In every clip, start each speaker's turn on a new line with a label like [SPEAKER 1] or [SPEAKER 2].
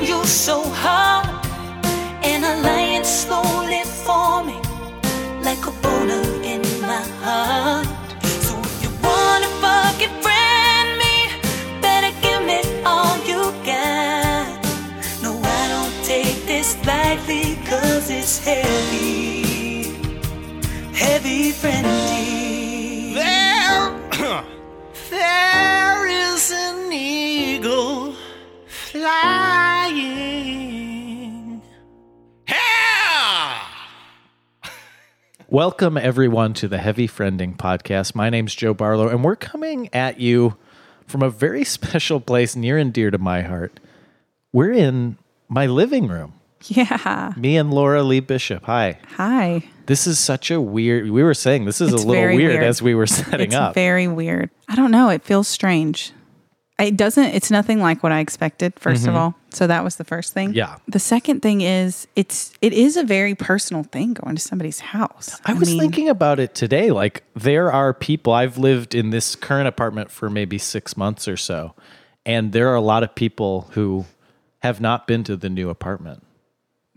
[SPEAKER 1] feel so hard, and a lion slowly forming like a boulder in my heart. So if you wanna fucking friend me, better give me all you got. No, I don't take this lightly, cause it's heavy, heavy friendly.
[SPEAKER 2] There, there is an eagle flying. Yeah!
[SPEAKER 3] Welcome, everyone, to the Heavy Friending Podcast. My name's Joe Barlow, and we're coming at you from a very special place near and dear to my heart. We're in my living room,
[SPEAKER 4] Yeah.
[SPEAKER 3] me and Laura Lee Bishop. Hi.
[SPEAKER 4] Hi.
[SPEAKER 3] This is such a weird, we were saying this is
[SPEAKER 4] It's
[SPEAKER 3] a little
[SPEAKER 4] very
[SPEAKER 3] weird,
[SPEAKER 4] weird.
[SPEAKER 3] as we were setting
[SPEAKER 4] It's
[SPEAKER 3] up.
[SPEAKER 4] very weird. I don't know. It feels strange. It doesn't, it's nothing like what I expected, 1st of all. So that was the first thing.
[SPEAKER 3] Mm-hmm. Yeah.
[SPEAKER 4] The second thing is it's, it is a very personal thing going to somebody's house.
[SPEAKER 3] I was
[SPEAKER 4] mean,
[SPEAKER 3] thinking about it today. Like, there are people, I've lived in this current apartment for maybe six months or so, and there are a lot of people who have not been to the new apartment.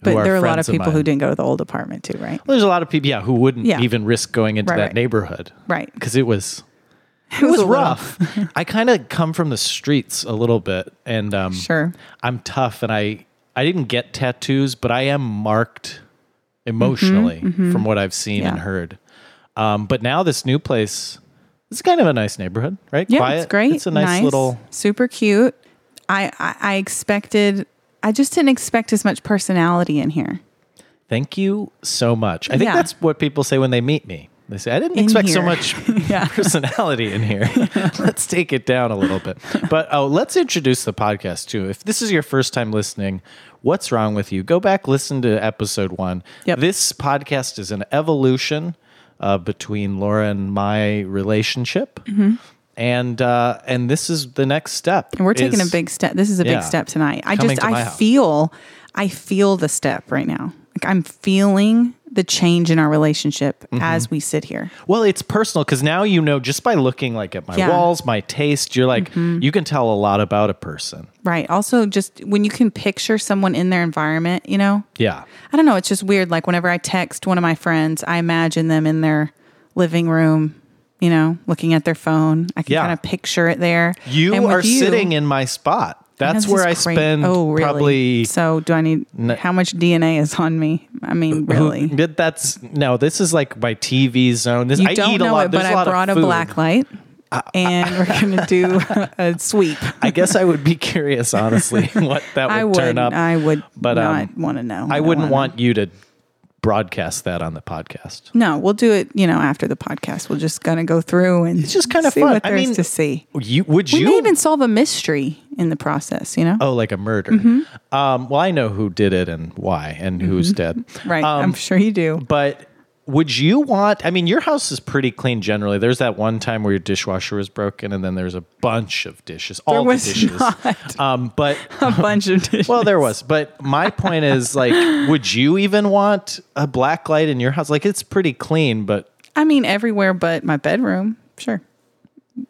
[SPEAKER 3] who
[SPEAKER 4] but there are a lot
[SPEAKER 3] friends
[SPEAKER 4] of people
[SPEAKER 3] mine.
[SPEAKER 4] who didn't go to the old apartment too, right?
[SPEAKER 3] Well, there's a lot of people, yeah, who wouldn't
[SPEAKER 4] Yeah.
[SPEAKER 3] even risk going into
[SPEAKER 4] Right,
[SPEAKER 3] that
[SPEAKER 4] right.
[SPEAKER 3] neighborhood,
[SPEAKER 4] Right.
[SPEAKER 3] Because it was, it was,
[SPEAKER 4] was a little-
[SPEAKER 3] rough. I kind of come from the streets a little bit, and um,
[SPEAKER 4] Sure.
[SPEAKER 3] I'm tough, and I I didn't get tattoos, but I am marked emotionally from what I've seen and
[SPEAKER 4] Mm-hmm, Yeah.
[SPEAKER 3] heard. Um, but now this new place, it's kind of a nice neighborhood, right?
[SPEAKER 4] Yeah, it's great.
[SPEAKER 3] It's a nice, little.
[SPEAKER 4] super cute. I, I I expected. I just didn't expect as much personality in here.
[SPEAKER 3] Thank you so much. I think
[SPEAKER 4] Yeah.
[SPEAKER 3] that's what people say when they meet me. They say, I didn't expect so
[SPEAKER 4] here.
[SPEAKER 3] much
[SPEAKER 4] Yeah.
[SPEAKER 3] personality in here. let's take it down a little bit. But oh, let's introduce the podcast too. If this is your first time listening, what's wrong with you? Go back, listen to episode one.
[SPEAKER 4] Yep.
[SPEAKER 3] This podcast is an evolution uh, between Laura and my relationship. And uh, and this is the next step.
[SPEAKER 4] Mm-hmm. And we're taking
[SPEAKER 3] is-
[SPEAKER 4] a big step. This is a
[SPEAKER 3] Yeah.
[SPEAKER 4] big step tonight. I
[SPEAKER 3] Coming
[SPEAKER 4] just
[SPEAKER 3] to my
[SPEAKER 4] I
[SPEAKER 3] house.
[SPEAKER 4] feel I feel the step right now. Like I'm feeling the change in our relationship
[SPEAKER 3] Mm-hmm.
[SPEAKER 4] as we sit here.
[SPEAKER 3] Well, it's personal because now you know just by looking like at my
[SPEAKER 4] Yeah. Mm-hmm.
[SPEAKER 3] walls, my taste, you're like you can tell a lot about a person.
[SPEAKER 4] Right. Also just when you can picture someone in their environment, you know?
[SPEAKER 3] Yeah.
[SPEAKER 4] I don't know, it's just weird like whenever I text one of my friends, I imagine them in their living room, you know, looking at their phone. I can
[SPEAKER 3] Yeah.
[SPEAKER 4] kind of picture it there.
[SPEAKER 3] You
[SPEAKER 4] And with
[SPEAKER 3] are
[SPEAKER 4] you-
[SPEAKER 3] sitting in my spot. That's
[SPEAKER 4] This
[SPEAKER 3] where
[SPEAKER 4] is
[SPEAKER 3] I
[SPEAKER 4] great.
[SPEAKER 3] spend
[SPEAKER 4] oh, really?
[SPEAKER 3] probably
[SPEAKER 4] So do I need how much DNA is on me? I mean, really?
[SPEAKER 3] But that's no, this is like my TV zone. This
[SPEAKER 4] You
[SPEAKER 3] I
[SPEAKER 4] don't
[SPEAKER 3] eat
[SPEAKER 4] know
[SPEAKER 3] a lot,
[SPEAKER 4] it,
[SPEAKER 3] there's
[SPEAKER 4] but
[SPEAKER 3] a lot
[SPEAKER 4] I
[SPEAKER 3] of
[SPEAKER 4] brought a
[SPEAKER 3] food.
[SPEAKER 4] black light, and we're gonna do a sweep.
[SPEAKER 3] I guess I would be curious honestly what that would,
[SPEAKER 4] I would,
[SPEAKER 3] turn up.
[SPEAKER 4] I would
[SPEAKER 3] but, um,
[SPEAKER 4] not want to know.
[SPEAKER 3] I
[SPEAKER 4] don't
[SPEAKER 3] wouldn't
[SPEAKER 4] wanna-
[SPEAKER 3] want you to broadcast that on the podcast.
[SPEAKER 4] No, we'll do it. You know, after the podcast, we're just gonna go through and it's
[SPEAKER 3] just kinda
[SPEAKER 4] see
[SPEAKER 3] fun.
[SPEAKER 4] what
[SPEAKER 3] I
[SPEAKER 4] there's
[SPEAKER 3] mean,
[SPEAKER 4] to see.
[SPEAKER 3] You would
[SPEAKER 4] We
[SPEAKER 3] you
[SPEAKER 4] may even solve a mystery in the process. You know,
[SPEAKER 3] Oh, like a murder.
[SPEAKER 4] Mm-hmm.
[SPEAKER 3] Um, well, I know who did it and why and who's dead.
[SPEAKER 4] right?
[SPEAKER 3] Um,
[SPEAKER 4] I'm sure you do.
[SPEAKER 3] But would you want? I mean, your house is pretty clean generally. There's that one time where your dishwasher was broken, and then there's a bunch of dishes, all
[SPEAKER 4] was
[SPEAKER 3] the dishes.
[SPEAKER 4] not. Oh,
[SPEAKER 3] Um, but
[SPEAKER 4] A bunch of dishes.
[SPEAKER 3] well, there was. But my point is, like, would you even want a black light in your house? Like, it's pretty clean, but
[SPEAKER 4] I mean, everywhere but my bedroom. Sure.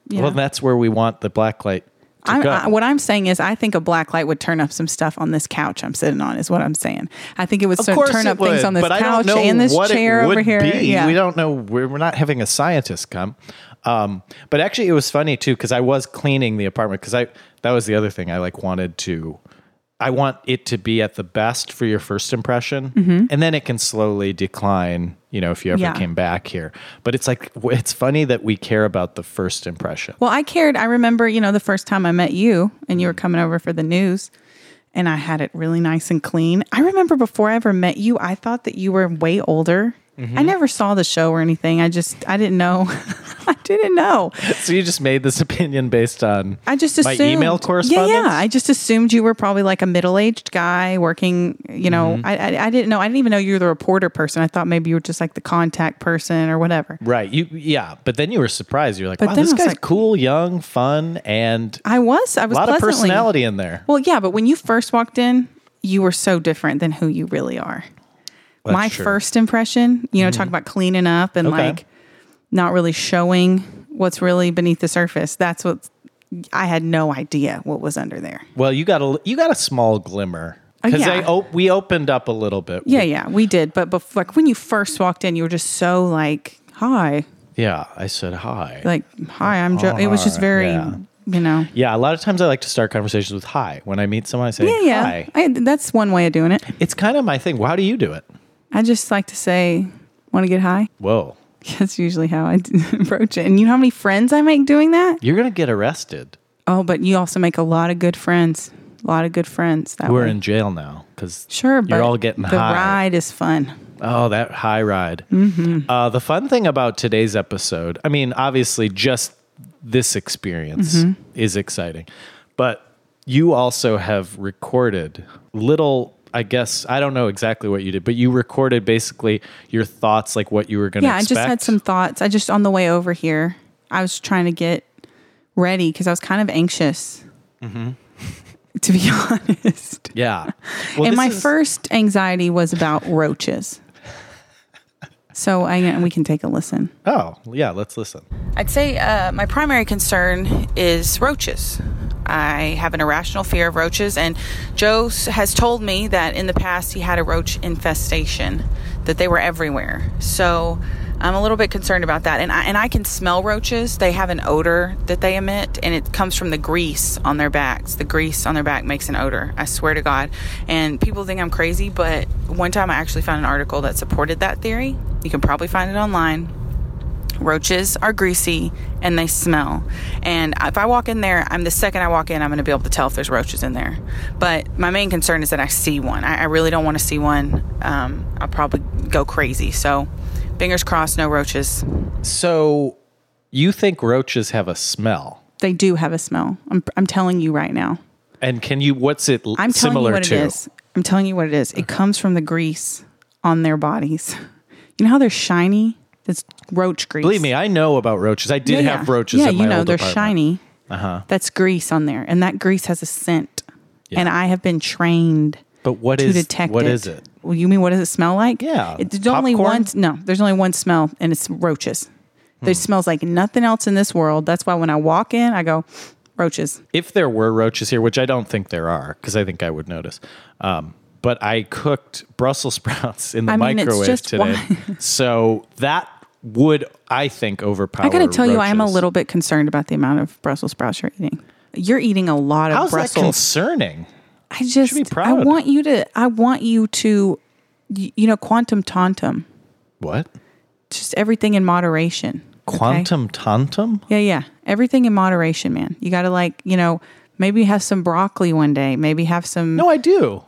[SPEAKER 4] You
[SPEAKER 3] well,
[SPEAKER 4] know.
[SPEAKER 3] that's where we want the black light to
[SPEAKER 4] I'm,
[SPEAKER 3] go.
[SPEAKER 4] I, what I'm saying is, I think a black light would turn up some stuff on this couch I'm sitting on. Is what I'm saying. I think it would sort of
[SPEAKER 3] course
[SPEAKER 4] turn
[SPEAKER 3] it
[SPEAKER 4] up things
[SPEAKER 3] would,
[SPEAKER 4] on this
[SPEAKER 3] but I don't
[SPEAKER 4] couch
[SPEAKER 3] know
[SPEAKER 4] and this
[SPEAKER 3] what it
[SPEAKER 4] chair over
[SPEAKER 3] would
[SPEAKER 4] here.
[SPEAKER 3] be.
[SPEAKER 4] Yeah.
[SPEAKER 3] We don't know. We're, we're not having a scientist come. Um, but actually, it was funny too because I was cleaning the apartment because I that was the other thing I like wanted to. I want it to be at the best for your first impression, and then it can slowly decline. You know, if you ever
[SPEAKER 4] Mm-hmm. Yeah.
[SPEAKER 3] came back here, but it's like w- it's funny that we care about the first impression.
[SPEAKER 4] Well, I cared. I remember, you know, the first time I met you and you were coming over for the news, and I had it really nice and clean. I remember before I ever met you, I thought that you were way older. I
[SPEAKER 3] Mm-hmm.
[SPEAKER 4] never saw the show or anything. I just, I didn't know. I didn't know.
[SPEAKER 3] so you just made this opinion based on
[SPEAKER 4] I just
[SPEAKER 3] my
[SPEAKER 4] assumed
[SPEAKER 3] email correspondence.
[SPEAKER 4] Yeah, yeah. I just assumed you were probably like a middle-aged guy working. You know,
[SPEAKER 3] Mm-hmm.
[SPEAKER 4] I, I I didn't know. I didn't even know you were the reporter person. I thought maybe you were just like the contact person or whatever.
[SPEAKER 3] Right. You yeah, but then you were surprised. You're like,
[SPEAKER 4] But
[SPEAKER 3] wow,
[SPEAKER 4] then
[SPEAKER 3] this
[SPEAKER 4] I was
[SPEAKER 3] guy's
[SPEAKER 4] like-
[SPEAKER 3] cool, young, fun, and
[SPEAKER 4] I was. I
[SPEAKER 3] a
[SPEAKER 4] was
[SPEAKER 3] lot of
[SPEAKER 4] pleasantly-
[SPEAKER 3] personality in there.
[SPEAKER 4] Well, yeah, but when you first walked in, you were so different than who you really are.
[SPEAKER 3] That's
[SPEAKER 4] My
[SPEAKER 3] true. Mm-hmm.
[SPEAKER 4] first impression, you know, talk about cleaning up and
[SPEAKER 3] Okay.
[SPEAKER 4] like not really showing what's really beneath the surface. That's what I had no idea what was under there.
[SPEAKER 3] Well, you got a you got a small glimmer because
[SPEAKER 5] Oh, yeah.
[SPEAKER 3] they op- we opened up a little bit.
[SPEAKER 5] Yeah, yeah, we did. But before, like when you first walked in, you were just so like, "Hi,"
[SPEAKER 3] yeah. I said hi.
[SPEAKER 5] like, "Hi, I'm Joe." It was just
[SPEAKER 3] Hi,
[SPEAKER 5] very,
[SPEAKER 3] Oh, yeah.
[SPEAKER 5] you know.
[SPEAKER 3] yeah, a lot of times I like to start conversations with hi. When I meet someone, I say
[SPEAKER 5] Yeah, yeah.
[SPEAKER 3] hi.
[SPEAKER 5] I, that's one way of doing it.
[SPEAKER 3] It's kind of my thing. Well, how do you do it?
[SPEAKER 5] I just like to say, "Want to get high?"
[SPEAKER 3] Whoa,
[SPEAKER 5] That's usually how I approach it. And you know how many friends I make doing that?
[SPEAKER 3] you're gonna get arrested.
[SPEAKER 5] Oh, but you also make a lot of good friends. A lot of good friends that
[SPEAKER 3] We're
[SPEAKER 5] way.
[SPEAKER 3] in jail now because
[SPEAKER 5] sure, but
[SPEAKER 3] you're all getting
[SPEAKER 5] the
[SPEAKER 3] high.
[SPEAKER 5] ride is fun.
[SPEAKER 3] Oh, that high ride. Uh, the fun thing about today's episode, I mean, obviously, just this experience is exciting, but you also have recorded little. I guess I don't know exactly what you did, but you recorded basically your thoughts, like what you were going to.
[SPEAKER 5] yeah, I just had some thoughts. I just on the way over here, I was trying to get ready because I was kind of anxious.
[SPEAKER 3] Mm-hmm.
[SPEAKER 5] To be honest,
[SPEAKER 3] Yeah, well,
[SPEAKER 5] and
[SPEAKER 3] this
[SPEAKER 5] my
[SPEAKER 3] is-
[SPEAKER 5] first anxiety was about roaches. So I we can take a listen.
[SPEAKER 3] Oh, yeah. Let's listen.
[SPEAKER 5] I'd say uh, my primary concern is roaches. I have an irrational fear of roaches, and Joe s- has told me that in the past he had a roach infestation, that they were everywhere. So I'm a little bit concerned about that. And I, and I can smell roaches. They have an odor that they emit, and it comes from the grease on their backs. The grease on their back makes an odor, I swear to God. And people think I'm crazy, but one time I actually found an article that supported that theory. You can probably find it online. Roaches are greasy and they smell. And if I walk in there, I'm the second I walk in, I'm going to be able to tell if there's roaches in there. But my main concern is that I see one. I, I really don't want to see one. Um, I'll probably go crazy. So, fingers crossed, no roaches.
[SPEAKER 3] So, you think roaches have a smell?
[SPEAKER 4] They do have a smell. I'm, I'm telling you right now.
[SPEAKER 3] And can you? What's it l-
[SPEAKER 4] I'm telling
[SPEAKER 3] similar
[SPEAKER 4] you what
[SPEAKER 3] to?
[SPEAKER 4] it is. I'm telling you what it is. It comes from the grease on their bodies. You know how they're shiny? That's roach grease.
[SPEAKER 3] Believe me, I know about roaches. I did have roaches.
[SPEAKER 4] Yeah,
[SPEAKER 3] in my
[SPEAKER 4] you know
[SPEAKER 3] old
[SPEAKER 4] they're
[SPEAKER 3] apartment.
[SPEAKER 4] shiny. Uh-huh. That's grease on there, and that grease has a scent. And I have been trained
[SPEAKER 3] But what
[SPEAKER 4] to
[SPEAKER 3] is
[SPEAKER 4] detect
[SPEAKER 3] what
[SPEAKER 4] it.
[SPEAKER 3] is it?
[SPEAKER 4] Well, you mean what does it smell like?
[SPEAKER 3] Yeah,
[SPEAKER 4] It, there's only
[SPEAKER 3] popcorn? Hmm.
[SPEAKER 4] one. No, there's only one smell, and it's roaches. There smells like nothing else in this world. That's why when I walk in, I go roaches.
[SPEAKER 3] If there were roaches here, which I don't think there are, because I think I would notice. Um, but I cooked Brussels sprouts in the
[SPEAKER 4] I mean, it's
[SPEAKER 3] microwave
[SPEAKER 4] just
[SPEAKER 3] today, so that would I think overpower.
[SPEAKER 4] I got to tell you, I am a
[SPEAKER 3] roaches.
[SPEAKER 4] little bit concerned about the amount of Brussels sprouts you're eating. You're eating a lot of
[SPEAKER 3] How's that
[SPEAKER 4] Brussels.
[SPEAKER 3] concerning?
[SPEAKER 4] I just,
[SPEAKER 3] be
[SPEAKER 4] I
[SPEAKER 3] proud.
[SPEAKER 4] want you to, I want you to, y- you know, quantum tantum,
[SPEAKER 3] What
[SPEAKER 4] just everything in moderation. okay?
[SPEAKER 3] quantum tantum?
[SPEAKER 4] Yeah, yeah. Everything in moderation, man. You got to like, you know, maybe have some broccoli one day. Maybe have some.
[SPEAKER 3] No, I do.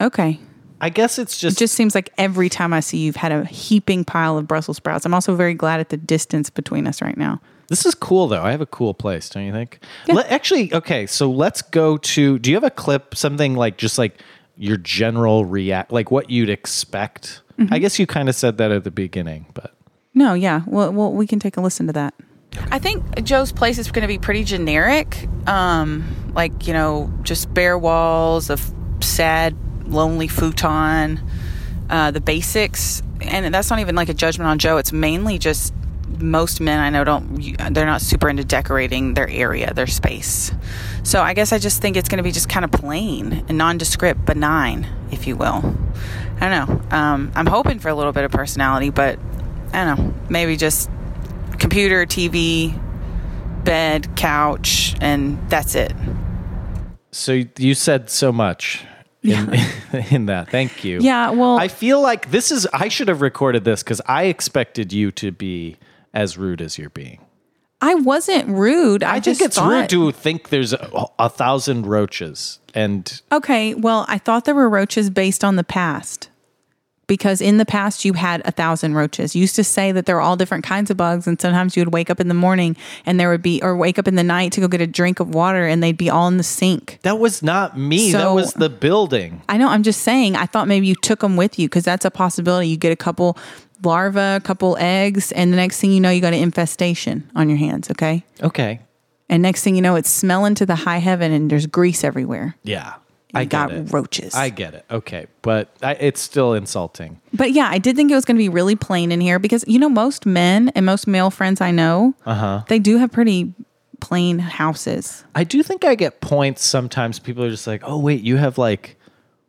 [SPEAKER 4] Okay.
[SPEAKER 3] I guess it's just,
[SPEAKER 4] It just seems like every time I see you, you've had a heaping pile of Brussels sprouts. I'm also very glad at the distance between us right now.
[SPEAKER 3] this is cool though. I have a cool place, don't you think? Let- actually, okay. So let's go to. Do you have a clip? Something like just like your general react, like what you'd expect.
[SPEAKER 4] Mm-hmm.
[SPEAKER 3] I guess you kind of said that at the beginning, but
[SPEAKER 4] No, yeah. Well, well we can take a listen to that.
[SPEAKER 5] I think Joe's place is going to be pretty generic. Um, like, you know, just bare walls, a f- sad, lonely futon, uh, the basics. And that's not even like a judgment on Joe. It's mainly just most men I know don't, they're not super into decorating their area, their space. So I guess I just think it's going to be just kind of plain and nondescript, benign, if you will. I don't know. Um, I'm hoping for a little bit of personality, but I don't know. Maybe just computer, TV, bed, couch, and that's it.
[SPEAKER 3] So you- you said so much in, in that. Thank you.
[SPEAKER 4] Yeah, well-
[SPEAKER 3] I feel like this is. I should have recorded this because I expected you to be as rude as you're being.
[SPEAKER 4] I wasn't rude. I,
[SPEAKER 3] I,
[SPEAKER 4] just
[SPEAKER 3] think it's
[SPEAKER 4] thought,
[SPEAKER 3] rude to think there's a, a thousand roaches and
[SPEAKER 4] Okay, well, I thought there were roaches based on the past. Because in the past you had a thousand roaches. You used to say that there were all different kinds of bugs, and sometimes you would wake up in the morning and there would be, or wake up in the night to go get a drink of water, and they'd be all in the sink.
[SPEAKER 3] that was not me. that
[SPEAKER 4] So-
[SPEAKER 3] was the building.
[SPEAKER 4] I know. I'm just saying. I thought maybe you took them with you because that's a possibility. You get a couple larvae, a couple eggs, and the next thing you know, you got an infestation on your hands. Okay,
[SPEAKER 3] Okay.
[SPEAKER 4] and next thing you know, it's smelling to the high heaven, and there's grease everywhere.
[SPEAKER 3] Yeah.
[SPEAKER 4] You
[SPEAKER 3] I get
[SPEAKER 4] got
[SPEAKER 3] it.
[SPEAKER 4] roaches.
[SPEAKER 3] I get it. Okay, but I, it's still insulting.
[SPEAKER 4] But yeah, I did think it was going to be really plain in here because you know most men and most male friends I know, uh-huh. they do have pretty plain houses.
[SPEAKER 3] I do think I get points sometimes. People are just like, "Oh wait, you have like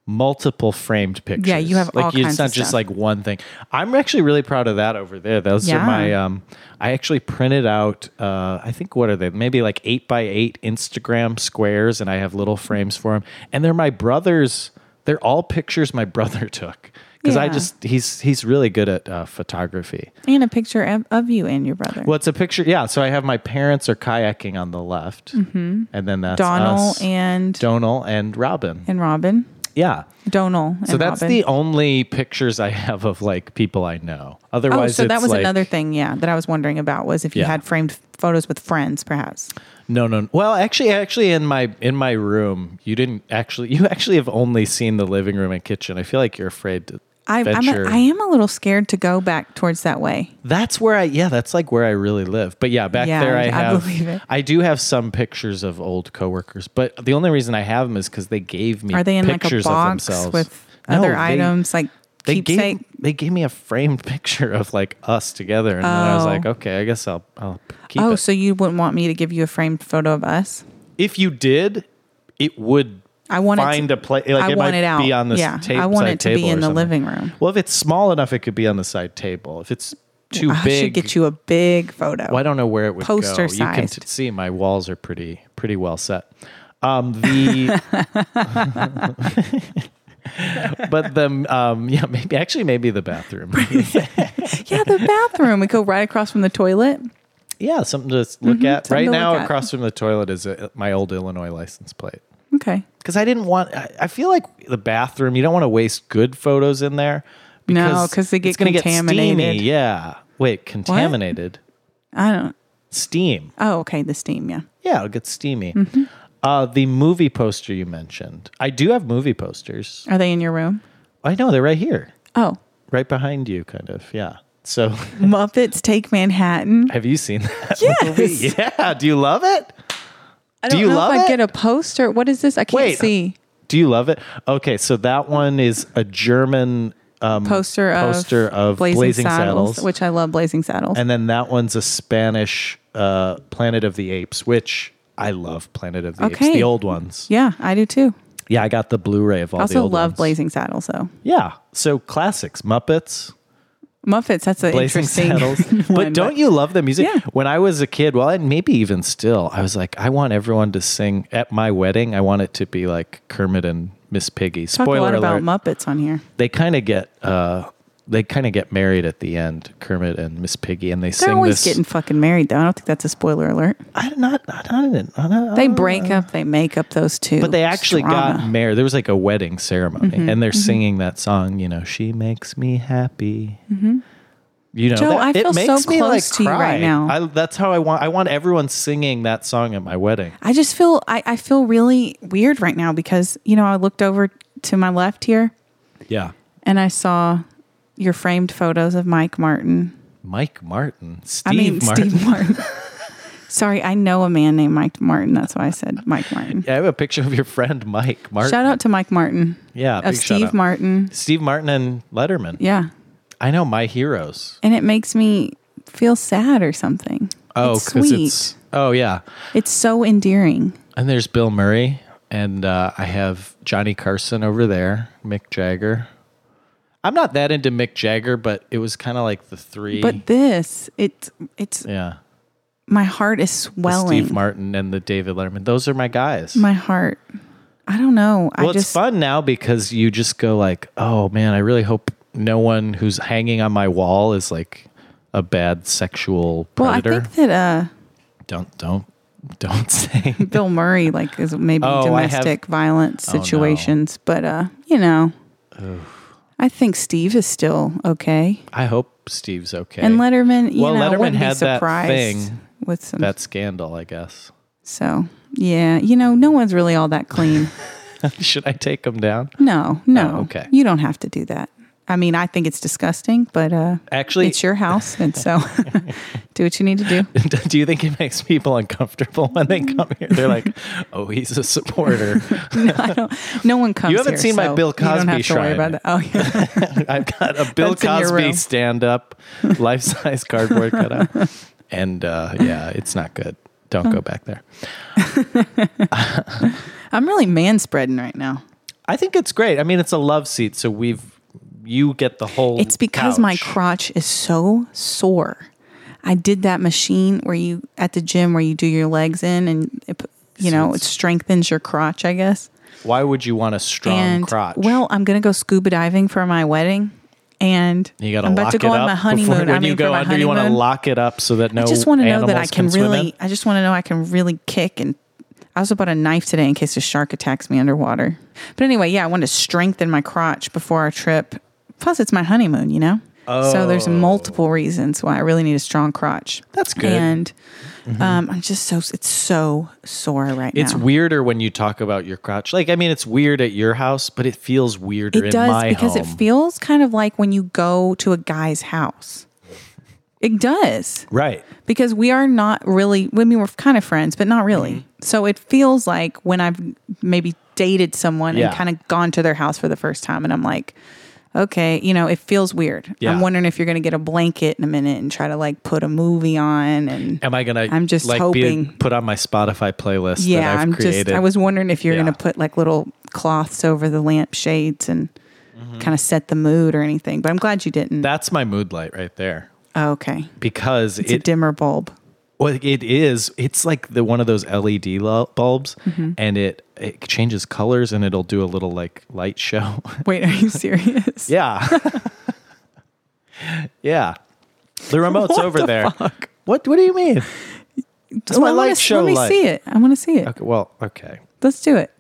[SPEAKER 3] multiple framed pictures.
[SPEAKER 4] you have
[SPEAKER 3] like
[SPEAKER 4] all
[SPEAKER 3] it's
[SPEAKER 4] kinds
[SPEAKER 3] not
[SPEAKER 4] of
[SPEAKER 3] just
[SPEAKER 4] stuff.
[SPEAKER 3] like one thing. I'm actually really proud of that over there. Those are
[SPEAKER 4] Yeah.
[SPEAKER 3] my um I actually printed out uh I think what are they? Maybe like 8 by 8 Instagram squares and I have little frames for them. And they're my brother's they're all pictures my brother took cuz I
[SPEAKER 4] Yeah.
[SPEAKER 3] just he's he's really good at uh, photography.
[SPEAKER 4] and a picture of, of you and your brother.
[SPEAKER 3] Well, it's a picture. Yeah, so I have my parents are kayaking on the left, mm-hmm. and then that's
[SPEAKER 4] Donald
[SPEAKER 3] us,
[SPEAKER 4] and
[SPEAKER 3] Donal and Robin.
[SPEAKER 4] and Robin.
[SPEAKER 3] Yeah,
[SPEAKER 4] Donal. And
[SPEAKER 3] so that's
[SPEAKER 4] Robin.
[SPEAKER 3] the only pictures I have of like people I know.
[SPEAKER 4] Oh,
[SPEAKER 3] Otherwise,
[SPEAKER 4] so that
[SPEAKER 3] it's,
[SPEAKER 4] was
[SPEAKER 3] like-
[SPEAKER 4] another thing, yeah, that I was wondering about was if you
[SPEAKER 3] Yeah.
[SPEAKER 4] had framed photos with friends, perhaps.
[SPEAKER 3] No, no. Well, actually, actually, in my in my room, you didn't actually. You actually have only seen the living room and kitchen. I feel like you're afraid to
[SPEAKER 4] I, I'm
[SPEAKER 3] venture.
[SPEAKER 4] a, I am a little scared to go back towards that way.
[SPEAKER 3] that's where I. Yeah, that's like where I really live. But yeah, back
[SPEAKER 4] Yeah,
[SPEAKER 3] there, I,
[SPEAKER 4] I
[SPEAKER 3] have.
[SPEAKER 4] believe it.
[SPEAKER 3] I do have some pictures of old coworkers, but the only reason I have them is because they gave me.
[SPEAKER 4] Are they in like a
[SPEAKER 3] pictures of
[SPEAKER 4] box
[SPEAKER 3] themselves.
[SPEAKER 4] with
[SPEAKER 3] No,
[SPEAKER 4] other
[SPEAKER 3] they-
[SPEAKER 4] items like
[SPEAKER 3] They
[SPEAKER 4] keepsake?
[SPEAKER 3] gave they gave me a framed picture of like us together, and then I was
[SPEAKER 4] Oh.
[SPEAKER 3] like, okay, I guess I'll I'll keep
[SPEAKER 4] oh,
[SPEAKER 3] it.
[SPEAKER 4] so you wouldn't want me to give you a framed photo of us?
[SPEAKER 3] if you did, it would.
[SPEAKER 4] I want it
[SPEAKER 3] find
[SPEAKER 4] to-
[SPEAKER 3] a place. Like
[SPEAKER 4] I
[SPEAKER 3] it
[SPEAKER 4] want
[SPEAKER 3] might
[SPEAKER 4] it out.
[SPEAKER 3] be on the s-
[SPEAKER 4] Yeah,
[SPEAKER 3] tape-
[SPEAKER 4] I want
[SPEAKER 3] side
[SPEAKER 4] it to be
[SPEAKER 3] table or
[SPEAKER 4] in the
[SPEAKER 3] something.
[SPEAKER 4] living room.
[SPEAKER 3] Well, if it's small enough, it could be on the side table. If it's too
[SPEAKER 4] Oh, I
[SPEAKER 3] big,
[SPEAKER 4] should get you a big photo.
[SPEAKER 3] well, I don't know where it would go.
[SPEAKER 4] poster
[SPEAKER 3] You can
[SPEAKER 4] sized.
[SPEAKER 3] see my walls are pretty pretty well set. Um, the but the um, yeah maybe actually maybe the bathroom.
[SPEAKER 4] yeah, the bathroom. We go right across from the toilet.
[SPEAKER 3] yeah, something to s- look at.
[SPEAKER 4] Mm-hmm, something
[SPEAKER 3] Right
[SPEAKER 4] to
[SPEAKER 3] now,
[SPEAKER 4] look at.
[SPEAKER 3] across from the toilet is uh my old Illinois license plate.
[SPEAKER 4] Okay.
[SPEAKER 3] because I didn't want. I, I feel like the bathroom. You don't want to waste good photos in there.
[SPEAKER 4] No, 'cause they get
[SPEAKER 3] it's gonna Get
[SPEAKER 4] contaminated.
[SPEAKER 3] steamy. Yeah. Wait, contaminated
[SPEAKER 4] I don't.
[SPEAKER 3] steam.
[SPEAKER 4] Oh, okay. The steam. Yeah.
[SPEAKER 3] Yeah, it'll get steamy.
[SPEAKER 4] Mm-hmm.
[SPEAKER 3] Uh, the movie poster you mentioned. I do have movie posters.
[SPEAKER 4] Are they in your room?
[SPEAKER 3] I know they're right here,
[SPEAKER 4] Oh,
[SPEAKER 3] right behind you, kind of. Yeah. So,
[SPEAKER 4] Muppets Take Manhattan.
[SPEAKER 3] have you seen that movie? Yeah. Do you love it?
[SPEAKER 4] I
[SPEAKER 3] Do
[SPEAKER 4] don't
[SPEAKER 3] you
[SPEAKER 4] know
[SPEAKER 3] love
[SPEAKER 4] if I
[SPEAKER 3] it?
[SPEAKER 4] get a poster. What is this? I can't
[SPEAKER 3] Wait.
[SPEAKER 4] see.
[SPEAKER 3] Do you love it? Okay, so that one is a German um,
[SPEAKER 4] Poster of
[SPEAKER 3] poster of Blazing, Saddles,
[SPEAKER 4] which I love. Blazing Saddles.
[SPEAKER 3] and then that one's a Spanish uh, Planet of the Apes, which I love Planet of the Apes,
[SPEAKER 4] Okay.
[SPEAKER 3] the old ones. Yeah,
[SPEAKER 4] yeah, I do too.
[SPEAKER 3] I got the Blu-ray of all
[SPEAKER 4] I
[SPEAKER 3] the
[SPEAKER 4] also
[SPEAKER 3] old
[SPEAKER 4] love
[SPEAKER 3] ones.
[SPEAKER 4] Blazing Saddles though.
[SPEAKER 3] Yeah, so classics, Muppets,
[SPEAKER 4] Muppets. That's an
[SPEAKER 3] Blazing
[SPEAKER 4] interesting.
[SPEAKER 3] Saddles. but
[SPEAKER 4] one,
[SPEAKER 3] don't you love the music?
[SPEAKER 4] Yeah.
[SPEAKER 3] When I was a kid, well, and maybe even still, I was like, I want everyone to sing at my wedding. I want it to be like Kermit and Miss Piggy.
[SPEAKER 4] talk
[SPEAKER 3] Spoiler
[SPEAKER 4] a lot
[SPEAKER 3] alert:
[SPEAKER 4] about Muppets on here.
[SPEAKER 3] they kind of get uh, they kind of get married at the end, Kermit and Miss Piggy, and they
[SPEAKER 4] They're
[SPEAKER 3] sing this.
[SPEAKER 4] always getting fucking married though. I don't think that's a spoiler alert.
[SPEAKER 3] I'm not, not, not, not, not
[SPEAKER 4] They break up. They make up those two.
[SPEAKER 3] Uh, But they actually got
[SPEAKER 4] Drama.
[SPEAKER 3] married. There was like a wedding ceremony,
[SPEAKER 4] Mm-hmm.
[SPEAKER 3] and they're singing that song. You know, she makes me happy. You know,
[SPEAKER 4] Mm-hmm. Joe,
[SPEAKER 3] that-
[SPEAKER 4] I feel
[SPEAKER 3] it
[SPEAKER 4] so
[SPEAKER 3] makes me like
[SPEAKER 4] close to you
[SPEAKER 3] cry.
[SPEAKER 4] right now.
[SPEAKER 3] I, that's how I want. I want everyone singing that song at my wedding.
[SPEAKER 4] I just feel I, I feel really weird right now because you know I looked over to my left here
[SPEAKER 3] Yeah,
[SPEAKER 4] and I saw your framed photos of Mike Martin.
[SPEAKER 3] Mike Martin, Steve
[SPEAKER 4] I mean
[SPEAKER 3] Martin.
[SPEAKER 4] Steve Martin. Sorry, I know a man named Mike Martin. That's why I said Mike Martin.
[SPEAKER 3] Yeah, I have a picture of your friend Mike Martin.
[SPEAKER 4] Shout out to Mike Martin.
[SPEAKER 3] Yeah,
[SPEAKER 4] of
[SPEAKER 3] big shout
[SPEAKER 4] Steve
[SPEAKER 3] out.
[SPEAKER 4] Martin.
[SPEAKER 3] Steve Martin and Letterman.
[SPEAKER 4] Yeah,
[SPEAKER 3] I know my heroes.
[SPEAKER 4] and it makes me feel sad or something.
[SPEAKER 3] Oh,
[SPEAKER 4] it's sweet.
[SPEAKER 3] it's oh yeah.
[SPEAKER 4] It's so endearing.
[SPEAKER 3] And there's Bill Murray, and uh, I have Johnny Carson over there, Mick Jagger. I'm not that into Mick Jagger, but it was kind of like the three.
[SPEAKER 4] But this, it's it's
[SPEAKER 3] yeah,
[SPEAKER 4] my heart is
[SPEAKER 3] the
[SPEAKER 4] swelling.
[SPEAKER 3] Steve Martin and the David Letterman. Those are my guys.
[SPEAKER 4] My heart. I don't know.
[SPEAKER 3] well,
[SPEAKER 4] I
[SPEAKER 3] it's
[SPEAKER 4] just
[SPEAKER 3] fun now because you just go like, oh man, I really hope no one who's hanging on my wall is like a bad sexual
[SPEAKER 4] well, I
[SPEAKER 3] predator.
[SPEAKER 4] think that uh,
[SPEAKER 3] don't don't don't say.
[SPEAKER 4] Bill Murray like is maybe
[SPEAKER 3] Oh, I have-
[SPEAKER 4] domestic violence
[SPEAKER 3] Oh, no.
[SPEAKER 4] situations, but uh, you know, I think Steve is still okay,
[SPEAKER 3] I hope Steve's okay.
[SPEAKER 4] and Letterman. You
[SPEAKER 3] Well,
[SPEAKER 4] know, I
[SPEAKER 3] Letterman
[SPEAKER 4] wouldn't
[SPEAKER 3] had
[SPEAKER 4] be
[SPEAKER 3] that
[SPEAKER 4] surprised
[SPEAKER 3] thing
[SPEAKER 4] with some.
[SPEAKER 3] that scandal, I guess.
[SPEAKER 4] so yeah, you know, no one's really all that clean.
[SPEAKER 3] Should I take him down?
[SPEAKER 4] No, no.
[SPEAKER 3] Oh, okay.
[SPEAKER 4] You don't have to do that. I mean, I think it's disgusting, but uh,
[SPEAKER 3] Actually-
[SPEAKER 4] it's your house, and so do what you need to do.
[SPEAKER 3] do you think it makes people uncomfortable when they come here? They're like, "Oh, he's a supporter."
[SPEAKER 4] No one comes.
[SPEAKER 3] You haven't
[SPEAKER 4] here,
[SPEAKER 3] seen my
[SPEAKER 4] so
[SPEAKER 3] Bill
[SPEAKER 4] You
[SPEAKER 3] Cosby
[SPEAKER 4] don't have to worry
[SPEAKER 3] shrine
[SPEAKER 4] about
[SPEAKER 3] yet.
[SPEAKER 4] that. Oh yeah,
[SPEAKER 3] I've got a Bill
[SPEAKER 4] That's in your
[SPEAKER 3] Cosby
[SPEAKER 4] room.
[SPEAKER 3] stand-up, life-size cardboard cutout, and uh, yeah, it's not good. Don't go back there.
[SPEAKER 4] I'm really manspreading right now.
[SPEAKER 3] I think it's great. I mean, it's a love seat, so we've you get the whole.
[SPEAKER 4] It's because my
[SPEAKER 3] couch.
[SPEAKER 4] crotch is so sore. I did that machine where you at the gym where you do your legs in and it, pu- you know it strengthens your crotch, I guess.
[SPEAKER 3] Why would you want a strong
[SPEAKER 4] and
[SPEAKER 3] crotch?
[SPEAKER 4] well, I'm gonna go scuba diving for my wedding, and
[SPEAKER 3] you got
[SPEAKER 4] I'm about
[SPEAKER 3] lock
[SPEAKER 4] to go
[SPEAKER 3] it
[SPEAKER 4] on
[SPEAKER 3] up
[SPEAKER 4] my honeymoon.
[SPEAKER 3] Before, when
[SPEAKER 4] I mean,
[SPEAKER 3] you go
[SPEAKER 4] for my
[SPEAKER 3] under, you want to
[SPEAKER 4] honeymoon.
[SPEAKER 3] lock it up so that no.
[SPEAKER 4] I just want to know that I
[SPEAKER 3] animals
[SPEAKER 4] can
[SPEAKER 3] swim in?
[SPEAKER 4] really. I just want to know I can really kick and. I also bought a knife today in case a shark attacks me underwater. But anyway, yeah, I want to strengthen my crotch before our trip. Plus, it's my honeymoon, you know. So there's multiple reasons why I really need a strong crotch.
[SPEAKER 3] Oh. That's good. Mm-hmm.
[SPEAKER 4] And um, I'm just so it's so sore right
[SPEAKER 3] It's
[SPEAKER 4] now.
[SPEAKER 3] weirder when you talk about your crotch. Like, I mean, it's weird at your house, but it feels weirder
[SPEAKER 4] It
[SPEAKER 3] in
[SPEAKER 4] does
[SPEAKER 3] my
[SPEAKER 4] because
[SPEAKER 3] home.
[SPEAKER 4] it feels kind of like when you go to a guy's house. It does.
[SPEAKER 3] right.
[SPEAKER 4] because we are not really I mean we're kind of friends, but not really.
[SPEAKER 3] Mm-hmm.
[SPEAKER 4] So it feels like when I've maybe dated someone
[SPEAKER 3] Yeah.
[SPEAKER 4] and kind of gone to their house for the first time and I'm like, okay, you know, it feels weird.
[SPEAKER 3] Yeah.
[SPEAKER 4] I'm wondering if you're gonna get a blanket in a minute and try to like put a movie on and
[SPEAKER 3] Am I gonna?
[SPEAKER 4] I'm just
[SPEAKER 3] like
[SPEAKER 4] hoping-
[SPEAKER 3] be, put on my Spotify playlist.
[SPEAKER 4] yeah,
[SPEAKER 3] that I've
[SPEAKER 4] I'm
[SPEAKER 3] created.
[SPEAKER 4] just I was wondering if you're
[SPEAKER 3] Yeah.
[SPEAKER 4] gonna put like little cloths over the lamp shades and
[SPEAKER 3] Mm-hmm.
[SPEAKER 4] kind of set the mood or anything. But I'm glad you didn't.
[SPEAKER 3] That's my mood light right there
[SPEAKER 4] oh, okay.
[SPEAKER 3] because
[SPEAKER 4] It's a
[SPEAKER 3] it
[SPEAKER 4] dimmer bulb.
[SPEAKER 3] Well, it is. It's like the one of those LED lo- bulbs,
[SPEAKER 4] Mm-hmm.
[SPEAKER 3] and it it changes colors, and it'll do a little like light show.
[SPEAKER 4] Wait, are you serious?
[SPEAKER 3] yeah, yeah. The remote's
[SPEAKER 4] What
[SPEAKER 3] over
[SPEAKER 4] the
[SPEAKER 3] there.
[SPEAKER 4] fuck?
[SPEAKER 3] What What do you mean? That's
[SPEAKER 4] Well,
[SPEAKER 3] my
[SPEAKER 4] Oh, I
[SPEAKER 3] light
[SPEAKER 4] wanna,
[SPEAKER 3] show
[SPEAKER 4] let me
[SPEAKER 3] light.
[SPEAKER 4] see it. I want to see it.
[SPEAKER 3] Okay, well, okay.
[SPEAKER 4] Let's do it.